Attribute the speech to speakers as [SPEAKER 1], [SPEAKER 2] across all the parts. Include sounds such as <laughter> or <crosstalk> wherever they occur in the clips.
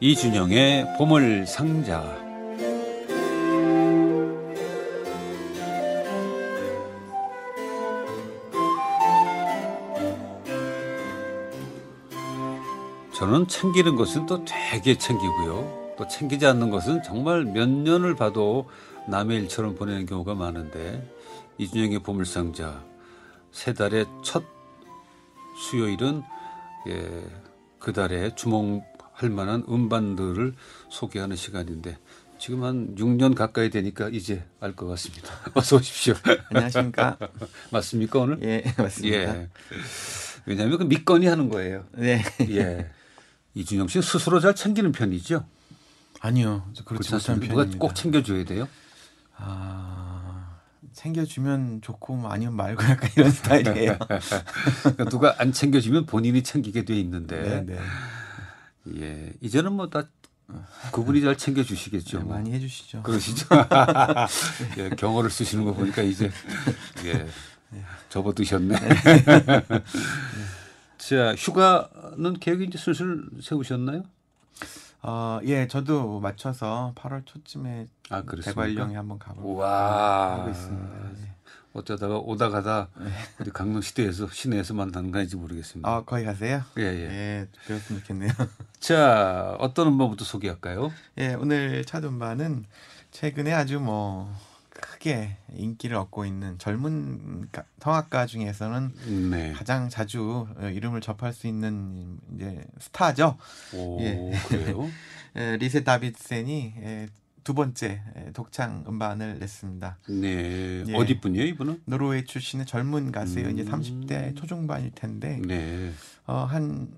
[SPEAKER 1] 이준영의 보물상자. 저는 챙기는 것은 또 되게 챙기고요. 또 챙기지 않는 것은 정말 몇 년을 봐도 남의 일처럼 보내는 경우가 많은데 이준영의 보물상자 세 달의 첫 수요일은 예, 그 달에 주목할 만한 음반들을 소개하는 시간인데 지금 한 6년 가까이 되니까 이제 알 것 같습니다. <laughs> 어서 오십시오. <laughs>
[SPEAKER 2] 안녕하십니까?
[SPEAKER 1] 맞습니까 오늘?
[SPEAKER 2] 예, <laughs> 맞습니다.
[SPEAKER 1] 예. 왜냐하면 그 믿거니 하는
[SPEAKER 2] <laughs>
[SPEAKER 1] 거예요.
[SPEAKER 2] 네.
[SPEAKER 1] 예. 이준영 씨는 스스로 잘 챙기는 편이죠.
[SPEAKER 2] 아니요. 저 그렇지
[SPEAKER 1] 그렇지
[SPEAKER 2] 그렇죠, 못한
[SPEAKER 1] 않습니까? 누가
[SPEAKER 2] 편입니다.
[SPEAKER 1] 꼭 챙겨줘야 돼요.
[SPEAKER 2] 아, 챙겨주면 좋고 뭐 아니면 말고 약간
[SPEAKER 1] <laughs>
[SPEAKER 2] 이런 스타일이에요.
[SPEAKER 1] 그러니까 누가 안 챙겨주면 본인이 챙기게 돼
[SPEAKER 2] 네,
[SPEAKER 1] 있는데.
[SPEAKER 2] 네.
[SPEAKER 1] 예. 이제는 뭐 다 그분이 잘 챙겨주시겠죠.
[SPEAKER 2] 네,
[SPEAKER 1] 뭐.
[SPEAKER 2] 많이 해주시죠.
[SPEAKER 1] <laughs> 그러시죠. 예, 경어를 쓰시는 거 보니까 이제 예, 접어드셨네. <laughs> 자, 휴가는 계획 이제 슬슬 세우셨나요?
[SPEAKER 2] 어, 예, 저도 맞춰서 8월 초쯤에
[SPEAKER 1] 아, 그렇습니까? 아,
[SPEAKER 2] 대관령에 한번 가보고
[SPEAKER 1] 우와.
[SPEAKER 2] 하고 있습니다. 네.
[SPEAKER 1] 어쩌다가 오다 가다 우리 강릉시대에서 시내에서 만나는 건지 모르겠습니다.
[SPEAKER 2] 아, 거기 가세요?
[SPEAKER 1] 예,
[SPEAKER 2] 예,
[SPEAKER 1] 예.
[SPEAKER 2] 그랬으면 좋겠네요. <laughs>
[SPEAKER 1] 자, 어떤 음반부터 소개할까요?
[SPEAKER 2] 예, 오늘 차돈반은 최근에 아주 뭐 크게 인기를 얻고 있는 젊은 가- 성악가 중에서는
[SPEAKER 1] 네.
[SPEAKER 2] 가장 자주 어, 이름을 접할 수 있는 이제 스타죠.
[SPEAKER 1] 오,
[SPEAKER 2] 예.
[SPEAKER 1] 그래요?
[SPEAKER 2] 에, 리세 다비센이 에, 두 번째 에, 독창 음반을 냈습니다.
[SPEAKER 1] 네.
[SPEAKER 2] 예.
[SPEAKER 1] 어디 분이에요, 이분은?
[SPEAKER 2] 노르웨이 출신의 젊은 가수예요. 이제
[SPEAKER 1] 음.
[SPEAKER 2] 30대 초중반일 텐데
[SPEAKER 1] 네.
[SPEAKER 2] 어, 한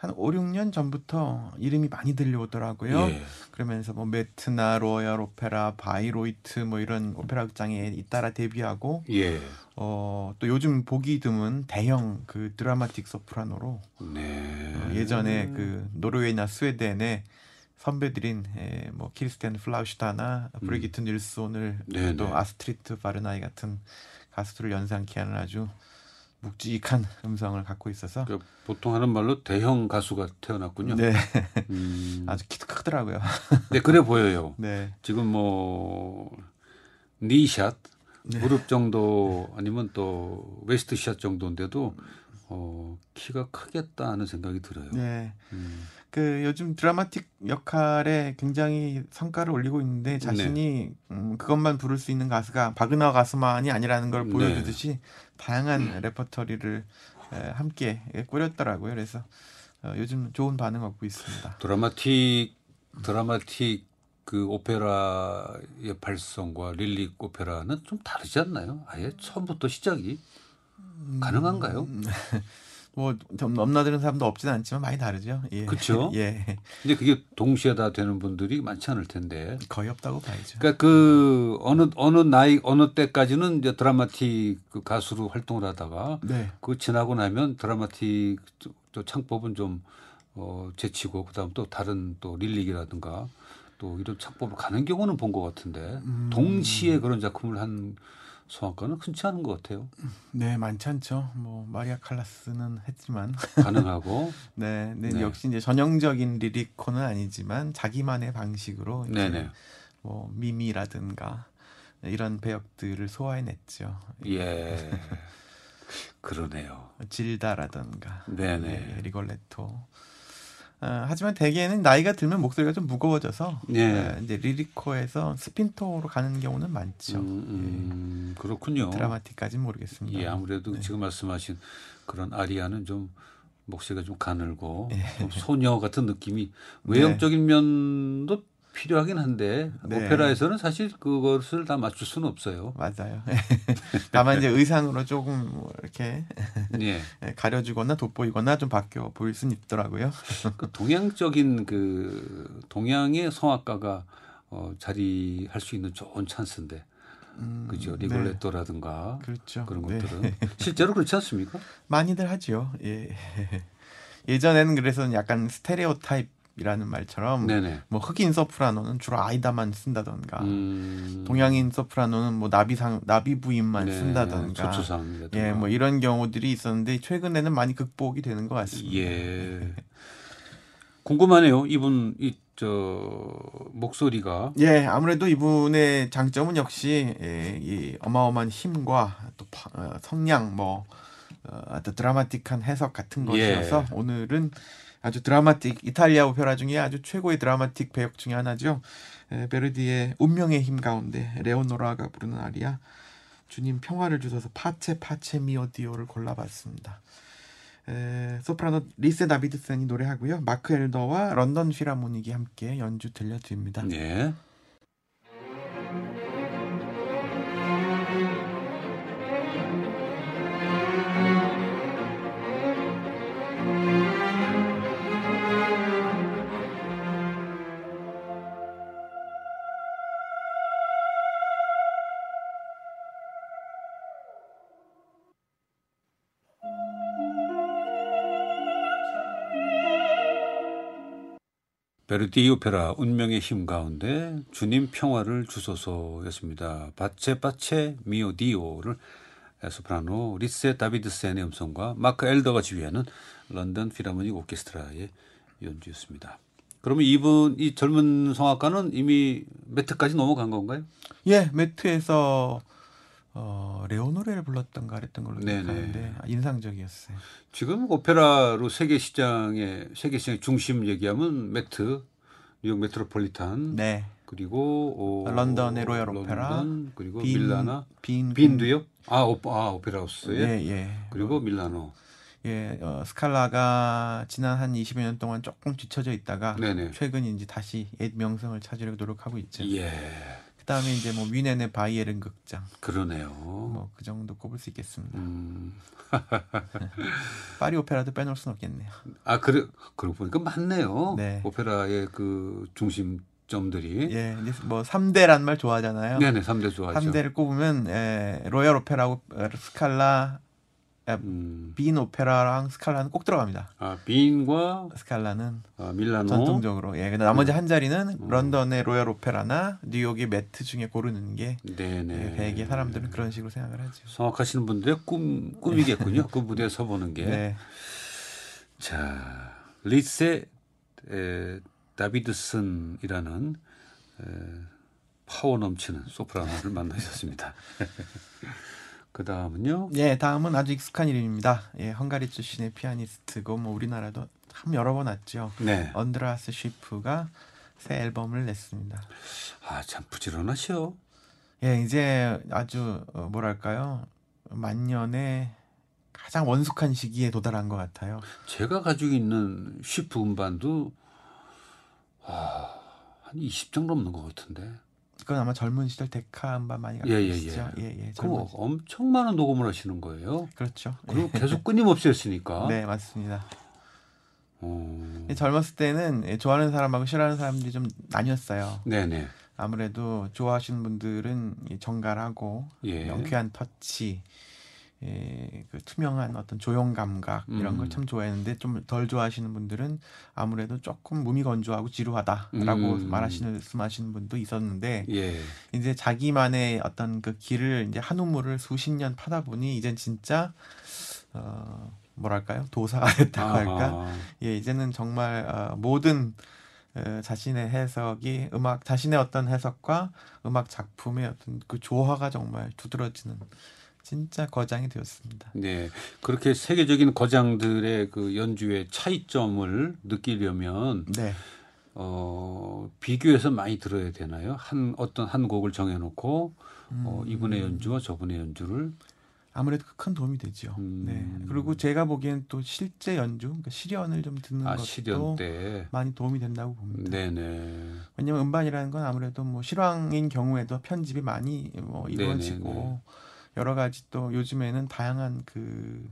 [SPEAKER 2] 한 5, 6년 전부터 이름이 많이 들려오더라고요.
[SPEAKER 1] 예.
[SPEAKER 2] 그러면서 뭐 메트나 로얄 오페라, 바이로이트 뭐 이런 오페라 극장에 잇따라 데뷔하고
[SPEAKER 1] 예.
[SPEAKER 2] 어, 또 요즘 보기 드문 대형 그 드라마틱 소프라노로
[SPEAKER 1] 네.
[SPEAKER 2] 어, 예전에 그 노르웨이나 스웨덴의 선배들인 에, 뭐 키르스텐 플라우슈타나 브리기트 닐손을
[SPEAKER 1] 음. 네네.
[SPEAKER 2] 또 아스트리트 바르나이 같은 가수들을 연상케 하는 아주 묵직한 음성을 갖고 있어서
[SPEAKER 1] 그러니까 보통 하는 말로 대형 가수가 태어났군요.
[SPEAKER 2] 네
[SPEAKER 1] 음.
[SPEAKER 2] 아주 키도 크더라고요. <laughs>
[SPEAKER 1] 네, 그래 보여요.
[SPEAKER 2] 네
[SPEAKER 1] 지금 뭐 니샷
[SPEAKER 2] 네.
[SPEAKER 1] 무릎 정도 아니면 또 웨스트샷 정도인데도 어, 키가 크겠다 하는 생각이 들어요.
[SPEAKER 2] 네.
[SPEAKER 1] 음.
[SPEAKER 2] 그 요즘 드라마틱 역할에 굉장히 성과를 올리고
[SPEAKER 1] 네.
[SPEAKER 2] 있는데 자신이 음, 그것만 부를 수 있는 가수가 바그너 가수만이 아니라는 걸
[SPEAKER 1] 네. 음.
[SPEAKER 2] 보여주듯이 다양한 레퍼토리를 에, 함께 꾸렸더라고요. 그래서 어, 요즘 좋은 반응 얻고 있습니다.
[SPEAKER 1] 드라마틱 드라마틱 그 오페라의 발성과 릴릭 오페라는 좀 다르지 않나요? 아예 처음부터 시작이
[SPEAKER 2] 음.
[SPEAKER 1] 가능한가요?
[SPEAKER 2] 뭐좀 넘나드는 사람도 없진 않지만 많이 다르죠. 예.
[SPEAKER 1] 그쵸?
[SPEAKER 2] <laughs> 예.
[SPEAKER 1] 근데 그게 동시에 다 되는 분들이 많지 않을 텐데.
[SPEAKER 2] 거의 없다고 봐야죠.
[SPEAKER 1] 그러니까 그 어느 어느 나이 어느 때까지는 이제 드라마틱 그 가수로 활동을 하다가
[SPEAKER 2] 네.
[SPEAKER 1] 그 지나고 나면 드라마틱 또- 또 창법은 좀 어, 제치고 그다음 또 다른 또 릴릭이라든가 또 이런 창법을 가는 경우는 본 것 같은데
[SPEAKER 2] 음.
[SPEAKER 1] 동시에 그런 작품을 한 성악가는 흔치 않은 것 같아요.
[SPEAKER 2] 네, 많지 않죠. 뭐 마리아 칼라스는 했지만 <laughs>
[SPEAKER 1] 가능하고
[SPEAKER 2] 네, 근데
[SPEAKER 1] 네.
[SPEAKER 2] 역시 이제 전형적인 리리코는 아니지만 자기만의 방식으로 이제
[SPEAKER 1] 네네
[SPEAKER 2] 뭐 미미라든가 이런 배역들을 소화해냈죠.
[SPEAKER 1] 예
[SPEAKER 2] <laughs>
[SPEAKER 1] 그러네요.
[SPEAKER 2] 질다라든가
[SPEAKER 1] 네네.
[SPEAKER 2] 예, 리골레토. 아, 하지만 대개는 나이가 들면 목소리가 좀 무거워져서
[SPEAKER 1] 예.
[SPEAKER 2] 아, 이제 리리코에서 스핀토로 가는 경우는 많죠. 예,
[SPEAKER 1] 음, 음, 그렇군요.
[SPEAKER 2] 그렇죠. 드라마틱까지는 네. 모르겠습니다.
[SPEAKER 1] 예, 아무래도 지금 말씀하신 그런 아리아는 좀 목소리가 좀 가늘고
[SPEAKER 2] 예.
[SPEAKER 1] 좀 소녀 같은 느낌이 외형적인 면도 필요하긴 한데
[SPEAKER 2] 네.
[SPEAKER 1] 오페라에서는 사실 그것을 다 맞출 수는 없어요.
[SPEAKER 2] 맞아요. <laughs> 다만 이제 의상으로 조금 뭐 이렇게 네.
[SPEAKER 1] 예.
[SPEAKER 2] 가려주거나 돋보이거나 좀 바뀌어 보일 수는 있더라고요.
[SPEAKER 1] 그 동양적인 그 동양의 성악가가 어, 자리할 수 있는 좋은 찬스인데
[SPEAKER 2] 음,
[SPEAKER 1] 그죠
[SPEAKER 2] 네.
[SPEAKER 1] 리골레토라든가
[SPEAKER 2] 그렇죠.
[SPEAKER 1] 그런
[SPEAKER 2] 네.
[SPEAKER 1] 것들은
[SPEAKER 2] <laughs>
[SPEAKER 1] 실제로 그렇지 않습니까?
[SPEAKER 2] 많이들 하죠. 예. <laughs> 예전에는 그래서 약간 스테레오 타입이라는 말처럼
[SPEAKER 1] 네네.
[SPEAKER 2] 뭐 흑인 소프라노는 주로 아이다만 쓴다던가
[SPEAKER 1] 음,
[SPEAKER 2] 동양인 소프라노는 뭐 나비상 나비 부인만
[SPEAKER 1] 네,
[SPEAKER 2] 쓴다던가
[SPEAKER 1] 소초상이라든가.
[SPEAKER 2] 예, 뭐 이런 경우들이 있었는데 최근에는 많이 극복이 되는 것 같습니다.
[SPEAKER 1] 예. 궁금하네요. 예. 이분 이 저 목소리가
[SPEAKER 2] 예, 아무래도 이분의 장점은 역시 예, 이 어마어마한 힘과 또 파- 어, 성량 뭐 어, 어떤 드라마틱한 해석 같은
[SPEAKER 1] 예.
[SPEAKER 2] 것이어서 오늘은 아주 드라마틱 이탈리아 오페라 중에 아주 최고의 드라마틱 배역 중에 하나죠. 에, 베르디의 운명의 힘 가운데 레오노라가 부르는 아리아 주님 평화를 주소서 파체 파체 미오 디오를 골라봤습니다. 에, 소프라노 리세 다비드센이 노래하고요. 마크 엘더와 런던 필하모닉이 함께 연주 들려드립니다.
[SPEAKER 1] 예. 베르디 오페라 운명의 힘 가운데 주님 평화를 주소서였습니다. 바체 바체 미오 디오를 소프라노 리세 다비드센의 음성과 마크 엘더가 지휘하는 런던 필하모닉 오케스트라의 연주였습니다. 그러면 이분 이 젊은 성악가는 이미 매트까지 넘어간 건가요?
[SPEAKER 2] 예, 매트에서 어, 레오노래를 불렀던가 그랬던 걸로
[SPEAKER 1] 네네.
[SPEAKER 2] 기억하는데 아, 인상적이었어요.
[SPEAKER 1] 지금 오페라로 세계 시장의 세계 시장의 중심 얘기하면 매트, 뉴욕 메트로폴리탄
[SPEAKER 2] 네.
[SPEAKER 1] 그리고 어,
[SPEAKER 2] 런던의 로얄 오페라,
[SPEAKER 1] 런던, 그리고
[SPEAKER 2] 빈,
[SPEAKER 1] 밀라나
[SPEAKER 2] 빈
[SPEAKER 1] 빈도요? 아, 오, 아 오페라
[SPEAKER 2] 예,
[SPEAKER 1] 하우스에
[SPEAKER 2] 예.
[SPEAKER 1] 그리고 밀라노.
[SPEAKER 2] 예, 어, 스칼라가 지난 한 20여 년 동안 조금 뒤쳐져 있다가
[SPEAKER 1] 네네.
[SPEAKER 2] 최근 이제 다시 옛 명성을 찾으려고 노력하고 있죠.
[SPEAKER 1] 예,
[SPEAKER 2] 그다음에 이제 뭐 위넨의 바이에른 극장
[SPEAKER 1] 그러네요.
[SPEAKER 2] 뭐 그 정도 꼽을 수 있겠습니다.
[SPEAKER 1] 음, 네.
[SPEAKER 2] 파리 오페라도 빼놓을 순 없겠네요.
[SPEAKER 1] 아 그래 그러고 보니까 맞네요.
[SPEAKER 2] 네.
[SPEAKER 1] 오페라의 그 중심점들이.
[SPEAKER 2] 예, 이제 뭐 3대란 말 좋아하잖아요.
[SPEAKER 1] 네. 네네, 삼대 좋아하죠.
[SPEAKER 2] 3대를 꼽으면 예, 로얄 오페라하고 스칼라
[SPEAKER 1] 음,
[SPEAKER 2] 빈 오페라랑 스칼라는 꼭 들어갑니다.
[SPEAKER 1] 아 빈과
[SPEAKER 2] 스칼라는
[SPEAKER 1] 아, 밀라노.
[SPEAKER 2] 전통적으로 예, 근데 나머지 한 자리는
[SPEAKER 1] 음.
[SPEAKER 2] 런던의 로얄 오페라나 뉴욕의 매트 중에 고르는 게
[SPEAKER 1] 네네.
[SPEAKER 2] 예, 대개 사람들은 그런 식으로 생각을 하죠.
[SPEAKER 1] 성악하시는 분들의 꿈 꿈이겠군요. 그 무대에 서보는 게.
[SPEAKER 2] 네,
[SPEAKER 1] 자, 리세 에, 다비드슨이라는 에, 파워 넘치는 소프라노를
[SPEAKER 2] <laughs>
[SPEAKER 1] 만나셨습니다. 그 다음은요.
[SPEAKER 2] 예, 다음은 아주 익숙한 이름입니다. 예, 헝가리 출신의 피아니스트고 뭐 우리나라도 참 여러 번 왔죠.
[SPEAKER 1] 네.
[SPEAKER 2] 언드라스 쉬프가 새 앨범을 냈습니다.
[SPEAKER 1] 아, 참 부지런하시오.
[SPEAKER 2] 예, 이제 아주 어, 뭐랄까요 만년의 가장 원숙한 시기에 도달한 것 같아요.
[SPEAKER 1] 제가 가지고 있는 쉬프 음반도 아, 한 20장 넘는 것 같은데.
[SPEAKER 2] 그건 아마 젊은 시절 데카 음반 많이 갖고
[SPEAKER 1] 예, 예,
[SPEAKER 2] 계시죠? 예, 예, 젊은
[SPEAKER 1] 그거
[SPEAKER 2] 시절.
[SPEAKER 1] 엄청 많은 녹음을 하시는 거예요.
[SPEAKER 2] 그렇죠.
[SPEAKER 1] 그리고 계속 끊임없이 했으니까.
[SPEAKER 2] 네, 맞습니다.
[SPEAKER 1] 어,
[SPEAKER 2] 예, 젊었을 때는 예, 좋아하는 사람하고 싫어하는 사람들이 좀 나뉘었어요.
[SPEAKER 1] 네네.
[SPEAKER 2] 아무래도 좋아하시는 분들은 이 정갈하고
[SPEAKER 1] 예.
[SPEAKER 2] 명쾌한 터치, 예, 그 투명한 어떤 조형 감각 이런
[SPEAKER 1] 음.
[SPEAKER 2] 걸 참 좋아했는데 좀 덜 좋아하시는 분들은 아무래도 조금 무미건조하고 지루하다라고
[SPEAKER 1] 음.
[SPEAKER 2] 말하시는 말씀하시는 분도 있었는데
[SPEAKER 1] 예.
[SPEAKER 2] 이제 자기만의 어떤 그 길을 이제 한 우물을 수십 년 파다 보니 이젠 진짜 어 뭐랄까요 도사가 <laughs> 됐다고 할까
[SPEAKER 1] 아하.
[SPEAKER 2] 예 이제는 정말 어, 모든 어, 자신의 해석이 음악 자신의 어떤 해석과 음악 작품의 어떤 그 조화가 정말 두드러지는 진짜 거장이 되었습니다.
[SPEAKER 1] 네, 그렇게 세계적인 거장들의 그 연주의 차이점을 느끼려면
[SPEAKER 2] 네,
[SPEAKER 1] 어, 비교해서 많이 들어야 되나요? 한 어떤 한 곡을 정해놓고 어,
[SPEAKER 2] 음.
[SPEAKER 1] 이분의 연주와 저분의 연주를
[SPEAKER 2] 아무래도 그 큰 도움이 되죠.
[SPEAKER 1] 음.
[SPEAKER 2] 네, 그리고 제가 보기엔 또 실제 연주, 그러니까 실연을 좀 듣는
[SPEAKER 1] 아
[SPEAKER 2] 것도 음.
[SPEAKER 1] 실연 때,
[SPEAKER 2] 많이 도움이 된다고 봅니다.
[SPEAKER 1] 네네,
[SPEAKER 2] 왜냐면 음반이라는 건 아무래도 뭐 실황인 경우에도 편집이 많이 뭐
[SPEAKER 1] 네네네.
[SPEAKER 2] 이루어지고 여러 가지 또 요즘에는 다양한 그,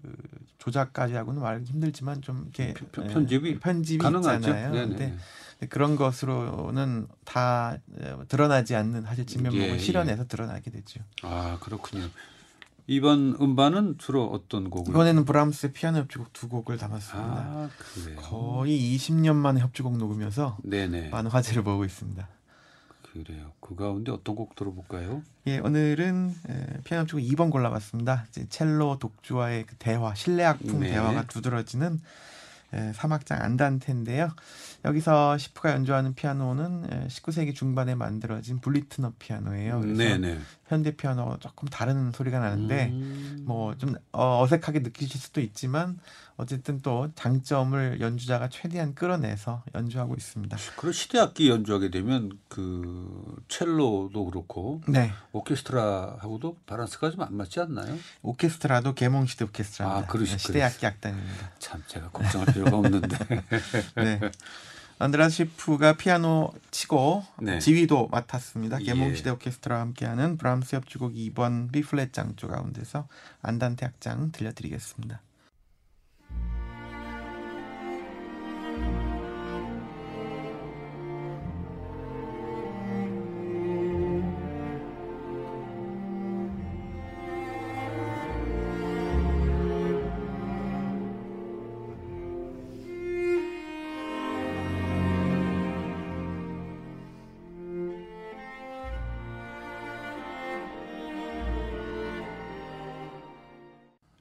[SPEAKER 2] 그 조작까지 하고는 말하기 힘들지만 좀 이렇게
[SPEAKER 1] 음, 편- 편-
[SPEAKER 2] 예,
[SPEAKER 1] 편집이
[SPEAKER 2] 편집이
[SPEAKER 1] 가능하죠? 네,
[SPEAKER 2] 있잖아요. 근데 그런 것으로는 다 예, 드러나지 않는 사실
[SPEAKER 1] 예,
[SPEAKER 2] 진면목을 뭐
[SPEAKER 1] 예.
[SPEAKER 2] 실현해서 드러나게 되죠.
[SPEAKER 1] 아 그렇군요. 이번 음반은 주로 어떤 곡을?
[SPEAKER 2] 이번에는 브람스의 피아노 협주곡 두 곡을 담았습니다.
[SPEAKER 1] 아 그래요.
[SPEAKER 2] 거의 20년 만에 협주곡 녹음이어서
[SPEAKER 1] 네네,
[SPEAKER 2] 많은 화제를 모으고 있습니다.
[SPEAKER 1] 그래요. 그 가운데 어떤 곡 들어볼까요?
[SPEAKER 2] 예, 오늘은 에, 피아노 축구 2번 골라봤습니다. 이제 첼로 독주와의 그 대화, 실내악풍
[SPEAKER 1] 네.
[SPEAKER 2] 대화가 두드러지는 예, 3악장 안단테인데요. 여기서 시프가 연주하는 피아노는 예, 19세기 중반에 만들어진 블리트너 피아노예요. 그래서
[SPEAKER 1] 네네.
[SPEAKER 2] 현대 피아노와 조금 다른 소리가 나는데
[SPEAKER 1] 음.
[SPEAKER 2] 뭐 좀 어색하게 느끼실 수도 있지만 어쨌든 또 장점을 연주자가 최대한 끌어내서 연주하고 있습니다.
[SPEAKER 1] 그런 시대 악기 연주하게 되면 그 첼로도 그렇고
[SPEAKER 2] 네,
[SPEAKER 1] 오케스트라하고도 밸런스가 좀 안 맞지 않나요?
[SPEAKER 2] 오케스트라도 개몽시대 오케스트라입니다.
[SPEAKER 1] 아, 그러시-
[SPEAKER 2] 네, 시대악기 악단입니다.
[SPEAKER 1] 참 제가 걱정할 필요가 없는데.
[SPEAKER 2] 네. 안드라 시프가 피아노 치고
[SPEAKER 1] <laughs> 네.
[SPEAKER 2] 지휘도 맡았습니다.
[SPEAKER 1] 예.
[SPEAKER 2] 개몽시대 오케스트라와 함께하는 브람스 협주곡 2번 B플랫 장조 가운데서 안단테 악장 들려드리겠습니다.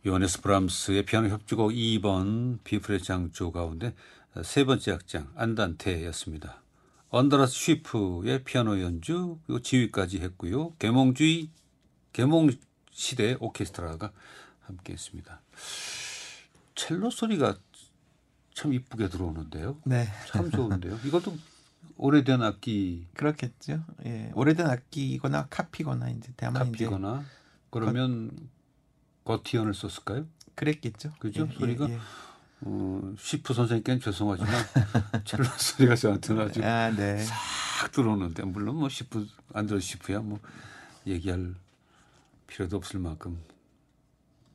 [SPEAKER 1] 요하네스 브람스의 피아노 협주곡 2번 비프레 장조 가운데 세 번째 악장 안단테였습니다. 언더라스 쉬프의 피아노 연주 그리고 지휘까지 했고요. 개몽주의 개몽 시대 오케스트라가 함께했습니다. 첼로 소리가 참 이쁘게 들어오는데요.
[SPEAKER 2] 네,
[SPEAKER 1] 참
[SPEAKER 2] <laughs>
[SPEAKER 1] 좋은데요. 이것도 오래된 악기
[SPEAKER 2] 그렇겠죠. 예, 오래된 악기이거나 카피거나 이제 다만 이제
[SPEAKER 1] 카피거나 그러면 거티언을 썼을까요?
[SPEAKER 2] 그랬겠죠.
[SPEAKER 1] 그죠?
[SPEAKER 2] 예, 예,
[SPEAKER 1] 소리가
[SPEAKER 2] 예.
[SPEAKER 1] 어, 시프 선생님께는 죄송하지만 <laughs> 첼로 소리가 저한테는 아주
[SPEAKER 2] 아, 네.
[SPEAKER 1] 팍 들어오는데 물론 뭐 시프 안드로 시프야 뭐 얘기할 필요도 없을 만큼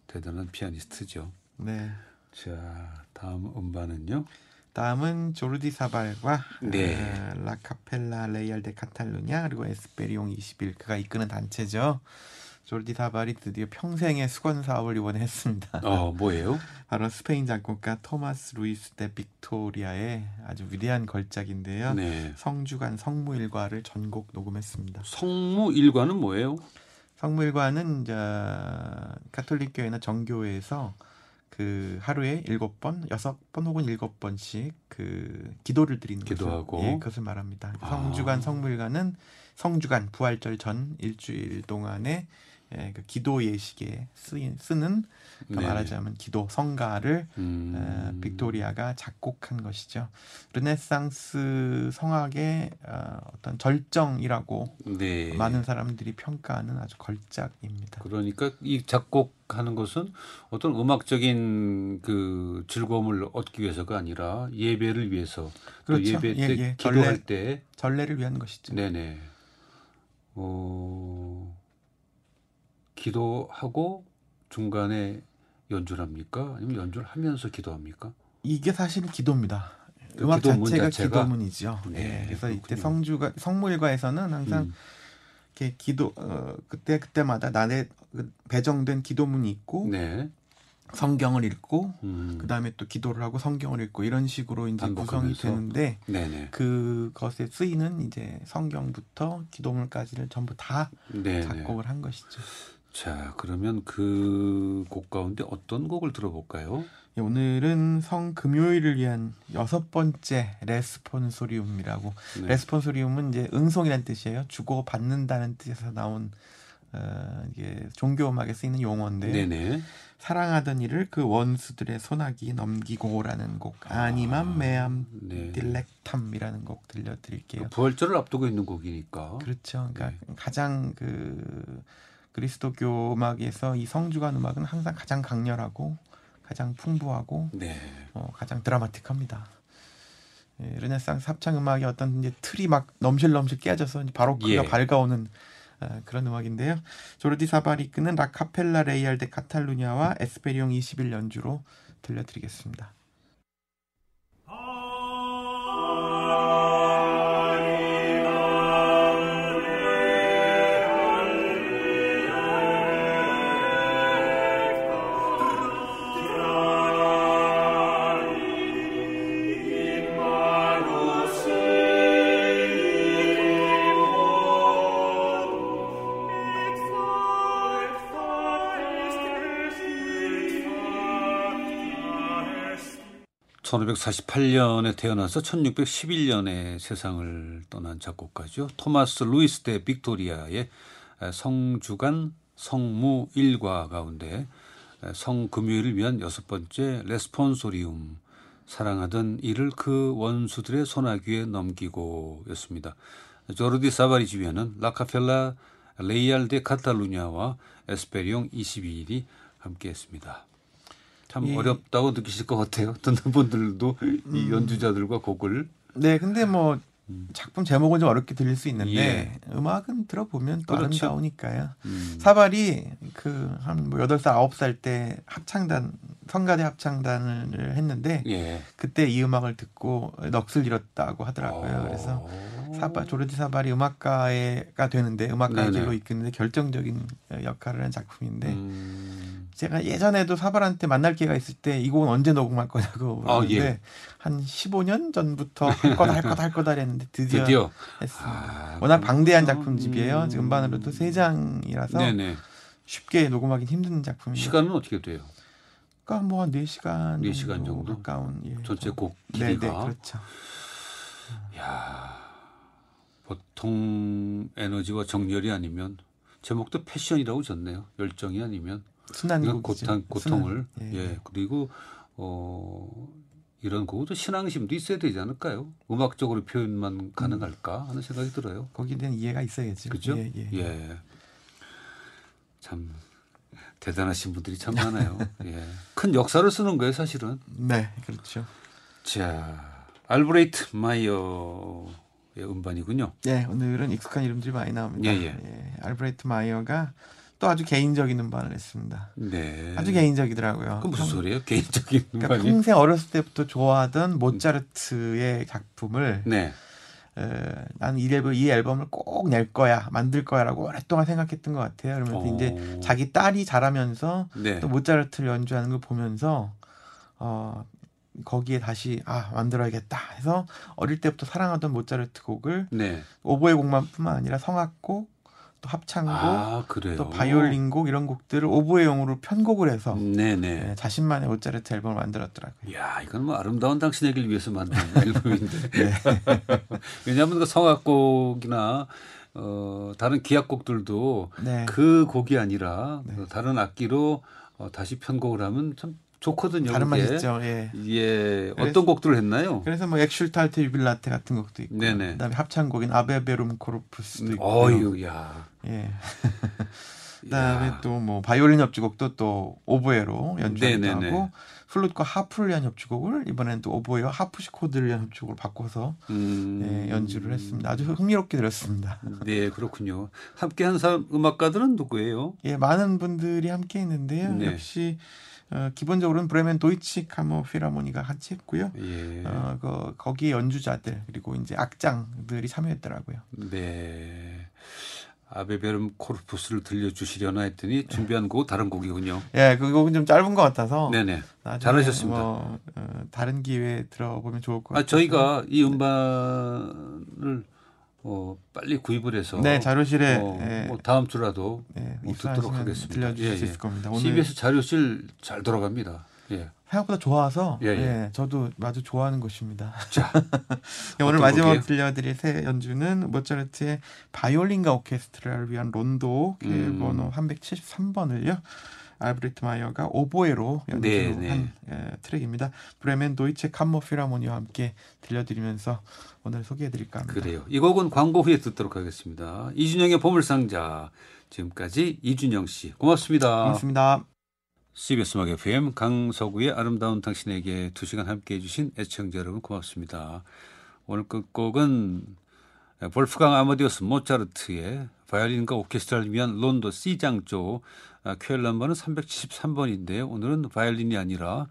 [SPEAKER 1] 대단한 피아니스트죠.
[SPEAKER 2] 네.
[SPEAKER 1] 자 다음 음반은요.
[SPEAKER 2] 다음은 조르디 사발과
[SPEAKER 1] 네.
[SPEAKER 2] 아, 라카펠라 레이알 데 카탈루냐 그리고 에스페리옹 21 그가 이끄는 단체죠. 조르디 사발이 드디어 평생의 수건 사업을 이번에 했습니다. <laughs>
[SPEAKER 1] 어 뭐예요?
[SPEAKER 2] 바로 스페인 작곡가 토마스 루이스 데 빅토리아의 아주 위대한 걸작인데요.
[SPEAKER 1] 네.
[SPEAKER 2] 성주간 성무일과를 전곡 녹음했습니다.
[SPEAKER 1] 성무 일과는 뭐예요?
[SPEAKER 2] 성무일과는 이제 가톨릭 교회나 정교회에서 그 하루에 일곱 번, 여섯 번 혹은 일곱 번씩 그 기도를 드리는 것을-
[SPEAKER 1] 기도하고.
[SPEAKER 2] 예, 그것을 말합니다.
[SPEAKER 1] 아.
[SPEAKER 2] 성주간 성물가는 성주간 부활절 전 일주일 동안에 예, 그 기도 예식에 쓰인, 쓰는 그러니까
[SPEAKER 1] 네.
[SPEAKER 2] 말하자면 기도 성가를
[SPEAKER 1] 음,
[SPEAKER 2] 어, 빅토리아가 작곡한 것이죠. 르네상스 성악의 어, 어떤 절정이라고
[SPEAKER 1] 네.
[SPEAKER 2] 많은 사람들이 평가하는 아주 걸작입니다.
[SPEAKER 1] 그러니까 이 작곡하는 것은 어떤 음악적인 그 즐거움을 얻기 위해서가 아니라 예배를 위해서 또
[SPEAKER 2] 그렇죠.
[SPEAKER 1] 예배 때
[SPEAKER 2] 예, 예.
[SPEAKER 1] 기도할
[SPEAKER 2] 전례-
[SPEAKER 1] 때
[SPEAKER 2] 전례를 위한 것이죠.
[SPEAKER 1] 네네 어, 기도하고 중간에 연주를 합니까 아니면 연주를 하면서 기도합니까
[SPEAKER 2] 이게 사실 기도입니다.
[SPEAKER 1] 그
[SPEAKER 2] 음악
[SPEAKER 1] 기도문
[SPEAKER 2] 자체가,
[SPEAKER 1] 자체가?
[SPEAKER 2] 기도문이죠.
[SPEAKER 1] 네,
[SPEAKER 2] 예, 그래서 이때
[SPEAKER 1] 그렇군요.
[SPEAKER 2] 성주가 성모일과에서는 항상
[SPEAKER 1] 음,
[SPEAKER 2] 이렇게 기도 어, 그때 그때마다 나의 그 배정된 기도문이 있고
[SPEAKER 1] 네
[SPEAKER 2] 성경을 읽고
[SPEAKER 1] 음,
[SPEAKER 2] 그 다음에 또 기도를 하고 성경을 읽고 이런 식으로 이제 구성이
[SPEAKER 1] 반복하면서.
[SPEAKER 2] 되는데
[SPEAKER 1] 네네
[SPEAKER 2] 그것에 쓰이는 이제 성경부터 기도문까지를 전부 다
[SPEAKER 1] 네네
[SPEAKER 2] 작곡을 한 것이죠.
[SPEAKER 1] 자 그러면 그 곡 가운데 어떤 곡을 들어볼까요
[SPEAKER 2] 예, 오늘은 성 금요일을 위한 여섯 번째 레스폰소리움이라고
[SPEAKER 1] 네.
[SPEAKER 2] 레스폰소리움은 이제 응송이라는 뜻이에요. 주고 받는다는 뜻에서 나온 어, 이게 종교 음악에 쓰이는 용어인데
[SPEAKER 1] 네네
[SPEAKER 2] 사랑하던 이를 그 원수들의 소나기에 넘기고라는 곡 아니맘 매암
[SPEAKER 1] 네.
[SPEAKER 2] 딜렉탐이라는 곡
[SPEAKER 1] 그
[SPEAKER 2] 들려드릴게요.
[SPEAKER 1] 부활절을 앞두고 있는 곡이니까.
[SPEAKER 2] 그렇죠. 그러니까
[SPEAKER 1] 네.
[SPEAKER 2] 가장 그 그리스도교 음악에서 이 성주간 음악은 항상 가장 강렬하고 가장 풍부하고
[SPEAKER 1] 네.
[SPEAKER 2] 어, 가장 드라마틱합니다. 예, 르네상스 합창 음악의 어떤 이제 틀이 막 넘실넘실 깨져서 이제 바로크가
[SPEAKER 1] 예.
[SPEAKER 2] 밝아오는 아, 그런 음악인데요. 조르디 사바리 끄는 라카펠라 레이알 데 카탈루냐와 에스페리옹 21 연주로 들려드리겠습니다.
[SPEAKER 3] Est est est
[SPEAKER 1] 1548년에 태어나서 1611년에 세상을 떠난 작곡가죠. 토마스 루이스 대 빅토리아의 성주간 성무 일과 가운데 성금요일을 위한 여섯 번째 레스폰소리움 사랑하던 이를 그 원수들의 소나귀에 넘기고였습니다. 조르디 사바리 지휘하는 라카펠라 레이알 데 카탈루냐와 에스페리옹 22일이 함께했습니다. 참
[SPEAKER 2] 예. 음.
[SPEAKER 1] 어렵다고 느끼실 것 같아요. <laughs> 듣는 분들도 이 연주자들과 곡을
[SPEAKER 2] 네, 근데 뭐 작품 제목은 좀 어렵게 들릴 수 있는데
[SPEAKER 1] 음. 예.
[SPEAKER 2] 음악은 들어보면 또
[SPEAKER 1] 그렇죠.
[SPEAKER 2] 아름다우니까요.
[SPEAKER 1] 음,
[SPEAKER 2] 사발이 그 한뭐 여덟 살 아홉 살 때 합창단 성가대 합창단을 했는데
[SPEAKER 1] 예.
[SPEAKER 2] 그때 이 음악을 듣고 넋을 잃었다고 하더라고요.
[SPEAKER 1] 어.
[SPEAKER 2] 그래서 사바 조르디 사발이 음악가가 되는데 음악가의
[SPEAKER 1] 네네.
[SPEAKER 2] 길로 이끄는데 결정적인 예, 역할을 한 작품인데
[SPEAKER 1] 음,
[SPEAKER 2] 제가 예전에도 사발한테 만날 기회가 있을 때 이 곡은 언제 녹음할 거냐고
[SPEAKER 1] 아,
[SPEAKER 2] 물었는데
[SPEAKER 1] 예.
[SPEAKER 2] 한 15년 전부터 할 거다 할 거다 할 거다 했는데 드디어,
[SPEAKER 1] 드디어
[SPEAKER 2] 했습니다.
[SPEAKER 1] 아,
[SPEAKER 2] 워낙 방대한
[SPEAKER 1] 그렇구나.
[SPEAKER 2] 작품집이에요. 지금 음반으로도 세 장이라서
[SPEAKER 1] 네네.
[SPEAKER 2] 쉽게 녹음하긴 힘든 작품입니다.
[SPEAKER 1] 시간은 어떻게 돼요?
[SPEAKER 2] 그러니까 뭐한 4시간,
[SPEAKER 1] 네 시간 정도?
[SPEAKER 2] 가까운 예.
[SPEAKER 1] 전체 곡
[SPEAKER 2] 네, 네,
[SPEAKER 1] 길이가
[SPEAKER 2] 그렇죠.
[SPEAKER 1] 야 보통 에너지와 정열이 아니면 제목도 패션이라고 졌네요. 열정이 아니면
[SPEAKER 2] 순한
[SPEAKER 1] 이건
[SPEAKER 2] 곡이죠.
[SPEAKER 1] 그러니까 고통 고통을
[SPEAKER 2] 순한,
[SPEAKER 1] 예. 그리고 어 이런 곡도 신앙심도 있어야 되지 않을까요? 음악적으로 표현만 가능할까 하는 생각이 들어요.
[SPEAKER 2] 거기에 대한 이해가 있어야죠.
[SPEAKER 1] 그죠?
[SPEAKER 2] 예, 예.
[SPEAKER 1] 예. 참 대단하신 분들이 참
[SPEAKER 2] <laughs>
[SPEAKER 1] 많아요. 예. 큰 역사를 쓰는 거예요, 사실은.
[SPEAKER 2] 네, 그렇죠.
[SPEAKER 1] 자, 알브레이트 마이어의 음반이군요.
[SPEAKER 2] 예, 오늘은 익숙한 이름들이 많이 나옵니다.
[SPEAKER 1] 예, 예.
[SPEAKER 2] 알브레이트 마이어가 또 아주 개인적인 음반을 했습니다.
[SPEAKER 1] 네.
[SPEAKER 2] 아주 개인적이더라고요.
[SPEAKER 1] 그 무슨
[SPEAKER 2] 평-
[SPEAKER 1] 소리예요? 음. 개인적인
[SPEAKER 2] 그러니까
[SPEAKER 1] 음반이?
[SPEAKER 2] 평생 어렸을 때부터 좋아하던 모차르트의 작품을
[SPEAKER 1] 네.
[SPEAKER 2] 에, 나는 이 앨범 이 앨범을 꼭 낼 거야 만들 거야라고 오랫동안 생각했던 것 같아요. 그러면서
[SPEAKER 1] 어.
[SPEAKER 2] 이제 자기 딸이 자라면서
[SPEAKER 1] 네.
[SPEAKER 2] 또뭐 모차르트를 연주하는 걸 보면서 어 거기에 다시 아 만들어야겠다 해서 어릴 때부터 사랑하던 모차르트 곡을
[SPEAKER 1] 네.
[SPEAKER 2] 오보의 곡만뿐만 아니라 성악곡 또 합창곡
[SPEAKER 1] 아, 그래요.
[SPEAKER 2] 또 바이올린 곡 이런 곡들을 오보의용으로 편곡을 해서
[SPEAKER 1] 네,
[SPEAKER 2] 예,
[SPEAKER 1] 네.
[SPEAKER 2] 자신만의 모차르트 앨범을 만들었더라고요.
[SPEAKER 1] 야, 이건 뭐 아름다운 당신의 길 위해서 만든 <laughs> 앨범인데.
[SPEAKER 2] 네.
[SPEAKER 1] <laughs> 왜냐하면 그 성악곡이나 어, 다른 기악곡들도
[SPEAKER 2] 네.
[SPEAKER 1] 그 곡이 아니라
[SPEAKER 2] 네.
[SPEAKER 1] 그 다른 악기로 어, 다시 편곡을 하면 참 좋거든요.
[SPEAKER 2] 다른
[SPEAKER 1] 그게.
[SPEAKER 2] 맛이죠. 예.
[SPEAKER 1] 예,
[SPEAKER 2] 그래서-
[SPEAKER 1] 어떤 곡들을 했나요?
[SPEAKER 2] 그래서 뭐 엑슐탈트 유빌라테 같은 것도 있고
[SPEAKER 1] 네네. 음,
[SPEAKER 2] 그다음에 합창곡인 아베베룸 코르푸스도 있고
[SPEAKER 1] 어유, 야.
[SPEAKER 2] 예. 그다음에
[SPEAKER 1] 야.
[SPEAKER 2] 또 뭐 바이올린 협주곡도 또 오보에로 연주하기도
[SPEAKER 1] 네네네.
[SPEAKER 2] 하고 플룻과 하프를 위한 협주곡을 이번엔 또 오보에와 하프시 코드를 위한 협주곡을 바꿔서
[SPEAKER 1] 음.
[SPEAKER 2] 예, 연주를 했습니다. 아주 흥미롭게 들었습니다. <laughs>
[SPEAKER 1] 네, 그렇군요. 함께 한 사람 음악가들은 누구예요?
[SPEAKER 2] 예, 많은 분들이 함께 했는데요.
[SPEAKER 1] 네.
[SPEAKER 2] 역시 어, 기본적으로는 브레멘 도이치 카모 피라모니가 같이 했고요.
[SPEAKER 1] 예.
[SPEAKER 2] 어, 그, 거기에 연주자들 그리고 이제 악장들이 참여했더라고요.
[SPEAKER 1] 네. 아베베름 코르푸스를 들려주시려나 했더니 준비한 곡 다른 곡이군요.
[SPEAKER 2] 예, 그 곡은 좀 짧은 것 같아서
[SPEAKER 1] 네네.
[SPEAKER 2] 나중에
[SPEAKER 1] 잘하셨습니다.
[SPEAKER 2] 뭐, 어, 다른 기회에 들어보면 좋을 것
[SPEAKER 1] 아,
[SPEAKER 2] 같아요.
[SPEAKER 1] 저희가
[SPEAKER 2] 네.
[SPEAKER 1] 이 음반을 어, 빨리 구입을 해서
[SPEAKER 2] 네 자료실에
[SPEAKER 1] 어,
[SPEAKER 2] 예,
[SPEAKER 1] 뭐 다음 주라도
[SPEAKER 2] 예,
[SPEAKER 1] 뭐
[SPEAKER 2] 입수하시면
[SPEAKER 1] 듣도록 하겠습니다.
[SPEAKER 2] 들려주실
[SPEAKER 1] 예,
[SPEAKER 2] 수
[SPEAKER 1] 예.
[SPEAKER 2] 있을 겁니다. 오늘
[SPEAKER 1] CBS 자료실 잘 돌아갑니다. 예.
[SPEAKER 2] 생각보다 좋아서 예,
[SPEAKER 1] 예, 예.
[SPEAKER 2] 저도 아주 좋아하는 곳입니다. 네,
[SPEAKER 1] 자,
[SPEAKER 2] <laughs> 오늘
[SPEAKER 1] 어떤
[SPEAKER 2] 마지막
[SPEAKER 1] 곡이에요?
[SPEAKER 2] 들려드릴 새 연주는 모차르트의 바이올린과 오케스트라를 위한 론도
[SPEAKER 1] 음.
[SPEAKER 2] 번호 373번을요. 알브리트 마이어가 오보에로 연주한
[SPEAKER 1] 네,
[SPEAKER 2] 예, 트랙입니다. 브레멘 도이체 칸모 피라모니와 함께 들려드리면서 오늘 소개해드릴까 합니다.
[SPEAKER 1] 그래요. 이 곡은 광고 후에 듣도록 하겠습니다. 이준영의 보물상자. 지금까지 이준영 씨. 고맙습니다.
[SPEAKER 2] 고맙습니다.
[SPEAKER 1] CBS 음악 FM 강서구의 아름다운 당신에게 두 시간 함께해 주신 애청자 여러분 고맙습니다. 오늘 끝곡은 볼프강 아마디우스 모차르트의 바이올린과 오케스트라를 위한 론도 C장조 아, 쾌열 넘버는 373번인데요. 오늘은 바이올린이 아니라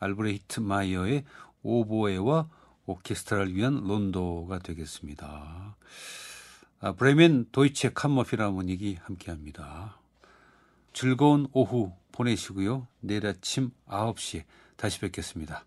[SPEAKER 1] 알브레히트 마이어의 오보에와 오케스트라를 위한 론도가 되겠습니다. 아, 브레멘 도이체 캄머 필하모닉이 함께합니다. 즐거운 오후 보내시고요. 내일 아침 9시에 다시 뵙겠습니다.